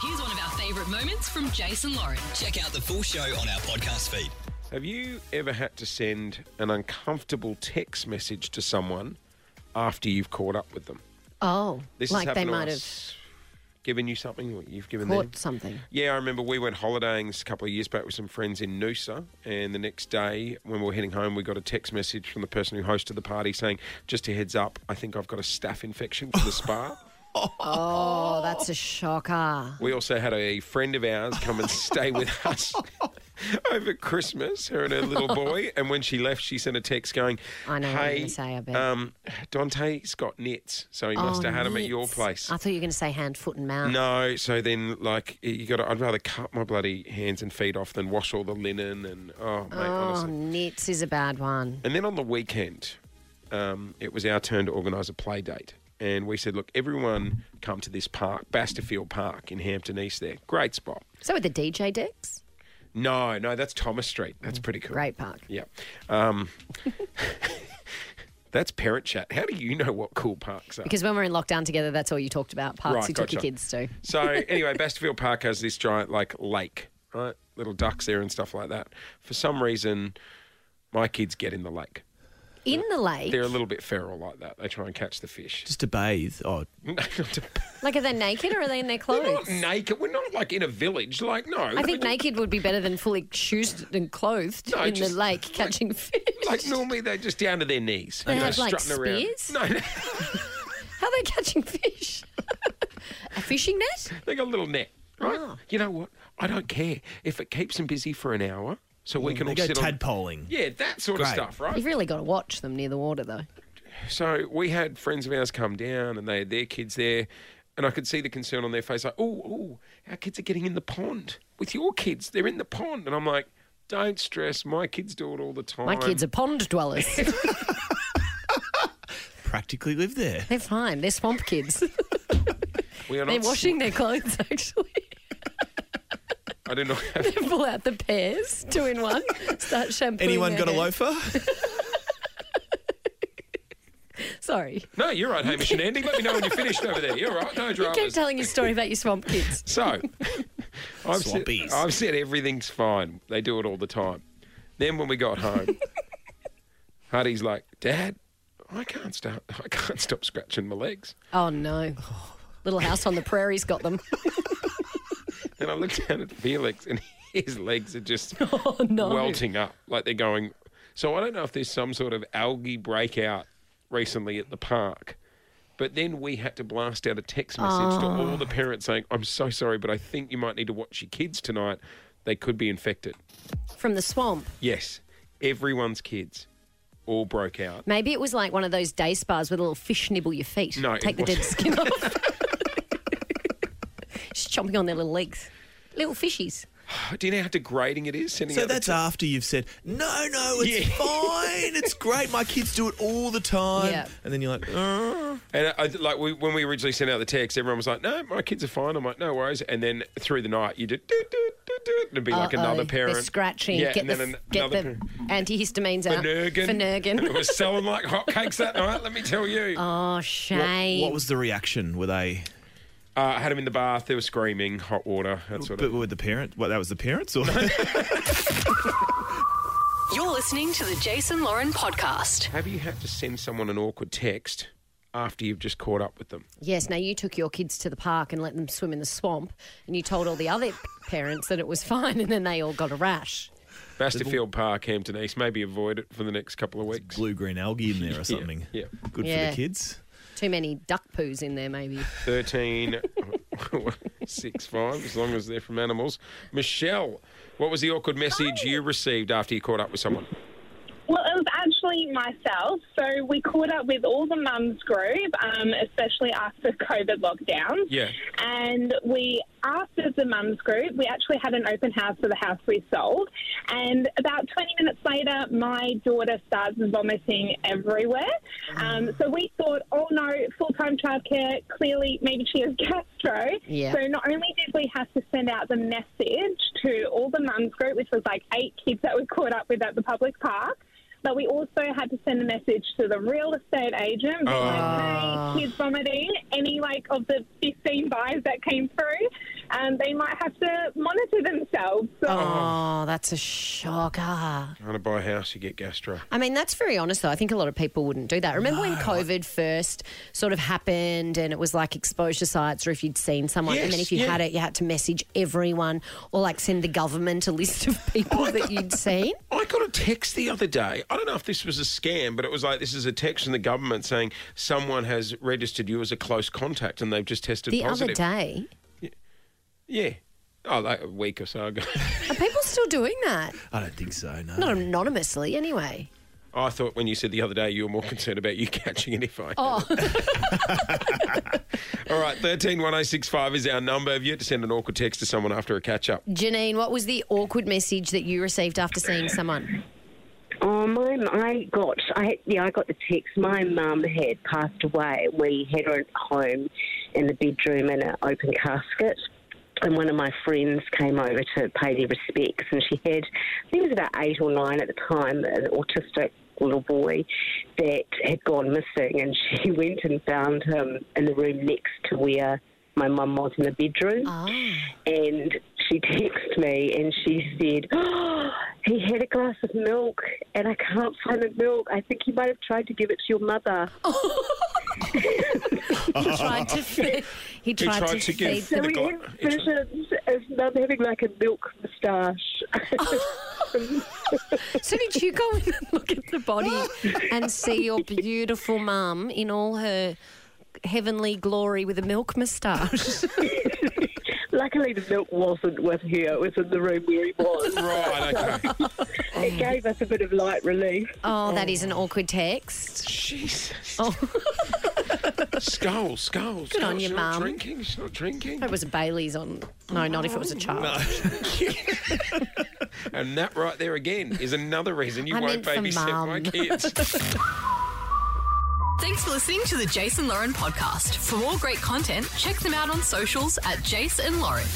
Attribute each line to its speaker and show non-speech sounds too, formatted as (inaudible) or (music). Speaker 1: Here's one of our favourite moments from Jason Lauren.
Speaker 2: Check out the full show on our podcast feed.
Speaker 3: Have you ever had to send an uncomfortable text message to someone after you've caught up with them?
Speaker 4: Oh, like they
Speaker 3: happened to
Speaker 4: might have
Speaker 3: us. given you something, or you've given them.
Speaker 4: caught something.
Speaker 3: Yeah, I remember we went holidaying a couple of years back with some friends in Noosa, and the next day when we were heading home, we got a text message from the person who hosted the party saying, "Just a heads up, I think I've got a staph infection from the
Speaker 4: (laughs)
Speaker 3: spa."
Speaker 4: Oh, that's a shocker.
Speaker 3: We also had a friend of ours come and stay with (laughs) us over Christmas, her and her little boy.
Speaker 4: (laughs)
Speaker 3: And when she left, she sent a text going,
Speaker 4: I know
Speaker 3: hey,
Speaker 4: what you're gonna say, I bet."
Speaker 3: Um, Dante's got nits, so he must
Speaker 4: Oh,
Speaker 3: have had them at your
Speaker 4: nits.
Speaker 3: place.
Speaker 4: I thought you were going to say hand, foot, and mouth.
Speaker 3: No, so then like you got. to I'd rather cut my bloody hands and feet off than wash all the linen and oh mate,
Speaker 4: oh,
Speaker 3: honestly.
Speaker 4: nits is a bad one.
Speaker 3: And then on the weekend, um, it was our turn to organise a play date. And we said, look, everyone come to this park, Basterfield Park in Hampton East there. Great spot.
Speaker 4: So with the DJ decks,
Speaker 3: No, no, that's Thomas Street. That's
Speaker 4: Mm,
Speaker 3: pretty cool.
Speaker 4: great park.
Speaker 3: Yeah. Um, (laughs) that's parent chat. How do you know what cool parks
Speaker 4: (laughs)
Speaker 3: are?
Speaker 4: Because when we were in lockdown together, that's all you talked about. Parks
Speaker 3: Right,
Speaker 4: you took your
Speaker 3: gotcha.
Speaker 4: kids to.
Speaker 3: So anyway, Basterfield Park has this giant like lake, right? Little ducks there and stuff like that. For some reason, my kids get in the lake.
Speaker 4: In the lake,
Speaker 3: They're a little bit feral like that. They try and catch the fish.
Speaker 5: Just to bathe. Oh,
Speaker 4: like are they naked or are
Speaker 3: (laughs)
Speaker 4: they in their
Speaker 3: We're
Speaker 4: clothes?
Speaker 3: not naked. We're not like in a village. Like no.
Speaker 4: I think naked would be better than fully shoes and clothed
Speaker 3: No,
Speaker 4: in
Speaker 3: just-
Speaker 4: the lake catching fish.
Speaker 3: Like normally they're just down to their knees.
Speaker 4: They
Speaker 3: and
Speaker 4: have,
Speaker 3: they're
Speaker 4: like,
Speaker 3: strutting around.
Speaker 4: spears?
Speaker 3: No,
Speaker 4: How are they catching fish? (laughs) a fishing net?
Speaker 3: They got a little net, right?
Speaker 4: Ah.
Speaker 3: You know what? I don't care if it keeps them busy for an hour, so
Speaker 4: Mm,
Speaker 3: we can
Speaker 5: they
Speaker 3: all
Speaker 5: go
Speaker 3: sit on.
Speaker 5: tadpoling.
Speaker 3: Yeah, that sort of
Speaker 5: Great.
Speaker 3: stuff, right?
Speaker 4: You've really got to watch them near the water, though.
Speaker 3: So we had friends of ours come down, and they had their kids there, and I could see the concern on their face, like, "Oh, oh, our kids are getting in the pond with your kids. They're in the pond," and I'm like, "Don't stress. My kids do it all the time.
Speaker 4: My kids are pond dwellers.
Speaker 3: (laughs)
Speaker 5: Practically live there.
Speaker 4: They're fine. They're swamp kids.
Speaker 3: We are
Speaker 4: They're
Speaker 3: not-
Speaker 4: washing their clothes, (laughs) actually.
Speaker 3: I
Speaker 4: (laughs)
Speaker 3: do not have.
Speaker 4: Pull out the pairs, two in one. Start shampooing.
Speaker 5: Anyone
Speaker 4: their
Speaker 5: got a
Speaker 3: (laughs)
Speaker 4: hair.
Speaker 5: loafer?
Speaker 4: Sorry.
Speaker 3: No, you're right, Hamish and Andy. Let me know when you're finished over there. You're right. No
Speaker 4: You keep
Speaker 3: dramas.
Speaker 4: telling your story about your swamp kids. (laughs)
Speaker 3: So, I've said,
Speaker 5: Swampies.
Speaker 3: I've said everything's fine. They do it all the time. Then when we got
Speaker 4: (laughs)
Speaker 3: home, Hardy's like, "Dad, I can't stop. I can't stop scratching my legs."
Speaker 4: Oh, no. Little house on the prairie's got them. (laughs)
Speaker 3: And I looked down at Felix, and (laughs) his legs are just
Speaker 4: (laughs) Oh, no.
Speaker 3: welting up, like they're going. So I don't know if there's some sort of algae breakout recently at the park. But then we had to blast out a text message to
Speaker 4: Ah.
Speaker 3: all the parents saying, "I'm so sorry, but I think you might need to watch your kids tonight. They could be infected."
Speaker 4: From the swamp.
Speaker 3: Yes, everyone's kids all broke out. (gasps)
Speaker 4: Maybe it was like one of those day spas where the little fish nibble your feet.
Speaker 3: No, it
Speaker 4: Take the dead
Speaker 3: wasn't. (laughs)
Speaker 4: skin off. (laughs) Just chomping on their little legs. Little fishies.
Speaker 3: Do you know how degrading it is? Sending
Speaker 5: So
Speaker 3: out the
Speaker 5: that's
Speaker 3: te-
Speaker 5: after you've said, no, no, it's
Speaker 3: Yeah. (laughs)
Speaker 5: fine. It's great. My kids do it all the time.
Speaker 4: Yeah.
Speaker 5: And then you're like, "Uh."
Speaker 3: and I, I- like we, when we originally sent out the text, everyone was like, "No, my kids are fine." I'm like, "No worries." And then through the night, you did do do do do, and it'd be like
Speaker 4: Uh-oh,
Speaker 3: another parent
Speaker 4: They're scratching.
Speaker 3: Yeah,
Speaker 4: get
Speaker 3: and
Speaker 4: the,
Speaker 3: then an-
Speaker 4: get the
Speaker 3: another
Speaker 4: antihistamines out.
Speaker 3: parent. Finergan. it (laughs)
Speaker 4: Finergan.
Speaker 3: was selling
Speaker 4: (laughs)
Speaker 3: like hotcakes that night. Let me tell you.
Speaker 4: oh, shame.
Speaker 5: What was the reaction? Were they,
Speaker 3: Uh, I had them in the bath. They were screaming, hot water, that sort
Speaker 5: but
Speaker 3: of.
Speaker 5: were the parents, what, that was the parents?
Speaker 3: (laughs)
Speaker 5: Or? (laughs)
Speaker 1: You're listening to the Jason Lauren podcast.
Speaker 3: Have you had to send someone an awkward text after you've just caught up with them?
Speaker 4: Yes, now you took your kids to the park and let them swim in the swamp, and you told all the other parents that it was fine, and then they all got a rash.
Speaker 3: Basterfield Park, Hampton East. Maybe avoid it for the next couple of weeks.
Speaker 5: Blue green algae in there or something.
Speaker 3: yeah.
Speaker 5: Good for
Speaker 4: Yeah.
Speaker 5: the kids.
Speaker 4: Too many duck poos in there, maybe.
Speaker 3: 13 (laughs) six, five, as long as they're from animals. Michelle, what was the awkward
Speaker 4: Oh.
Speaker 3: message you received after you caught up with someone?
Speaker 6: Well, it was actually myself. So we caught up with all the mums group, um, especially after (laughs) COVID lockdown.
Speaker 3: Yeah.
Speaker 6: And we, after the mums group, we actually had an open house for the house we sold. And about 20 minutes later, my daughter starts vomiting everywhere. Um, so we thought, oh no, full time childcare, clearly maybe she has (laughs) gastro.
Speaker 4: Yeah.
Speaker 6: So not only did we have to send out the message to all the mums group, which was like eight kids that we caught up with at the public park, but we also had to send a message to the real estate agent, being like, hey, kids vomiting, any like of the 15 buys that came through. um, they might have to monitor themselves. So
Speaker 4: Oh, that's a shocker.
Speaker 3: Trying to buy a house, you get gastro.
Speaker 4: I mean, that's very honest, though. I think a lot of people wouldn't do that. Remember when COVID first sort of happened and it was like exposure sites, or if you'd seen someone, and then
Speaker 3: Yes,
Speaker 4: if you
Speaker 3: yeah.
Speaker 4: had it, you had to message everyone or like send the government a list of people
Speaker 3: (laughs)
Speaker 4: that you'd seen?
Speaker 3: I got a text the other day. I don't know if this was a scam, but it was like this is a text from the government saying someone has registered you as a close contact and they've just tested
Speaker 4: The
Speaker 3: positive.
Speaker 4: other day.
Speaker 3: Yeah. Oh, like a week or so ago. (laughs)
Speaker 4: Are people still doing that?
Speaker 5: I don't think so. No.
Speaker 4: Not anonymously, anyway.
Speaker 3: I thought when you said the other day you were more concerned about you (laughs) catching it if I.
Speaker 4: Oh.
Speaker 3: (laughs) All right, 131065 is our number. Have you had to send an awkward text to someone after a catch up?
Speaker 4: Janine, what was the awkward message that you received after seeing someone?
Speaker 7: Oh, my, I got, I yeah, I got the text. My mum had passed away. We had her at home in the bedroom in an open casket. And one of my friends came over to pay their respects, and she had, I think it was about eight or nine at the time, an autistic little boy that had gone missing. And (laughs) she went and found him in the room next to where my mum was in the bedroom and she texted me and she said, oh, he had a glass of milk and I can't find the milk. I think he might have tried to give it to your mother.
Speaker 4: He tried to feed. He tried,
Speaker 3: tried
Speaker 4: to,
Speaker 3: to give-
Speaker 4: Ah. feed.
Speaker 7: so
Speaker 3: the
Speaker 7: we
Speaker 3: gla-
Speaker 7: had visions of mum having like a milk moustache.
Speaker 4: the- So did you go and look at the body and see your beautiful mum in all her heavenly glory with a milk moustache?
Speaker 7: (laughs) Luckily, the milk wasn't with her, it was in the room where he was.
Speaker 3: Right,
Speaker 4: (laughs)
Speaker 3: okay.
Speaker 7: it gave us a bit of light relief.
Speaker 4: Oh, that is an awkward text.
Speaker 3: Jesus. (laughs) Skull, skull. Good
Speaker 4: Oh. on you,
Speaker 3: She's
Speaker 4: Mum.
Speaker 3: not drinking. She's not drinking.
Speaker 4: It was a Bailey's on. No, not if it was a child.
Speaker 3: (laughs) And that right there again is another reason you
Speaker 4: I
Speaker 3: won't
Speaker 4: meant for
Speaker 3: babysit my
Speaker 4: mum. (laughs)
Speaker 3: kids.
Speaker 1: Thanks for listening to the Jason Lauren podcast. For more great content, check them out on socials at Jason Lauren.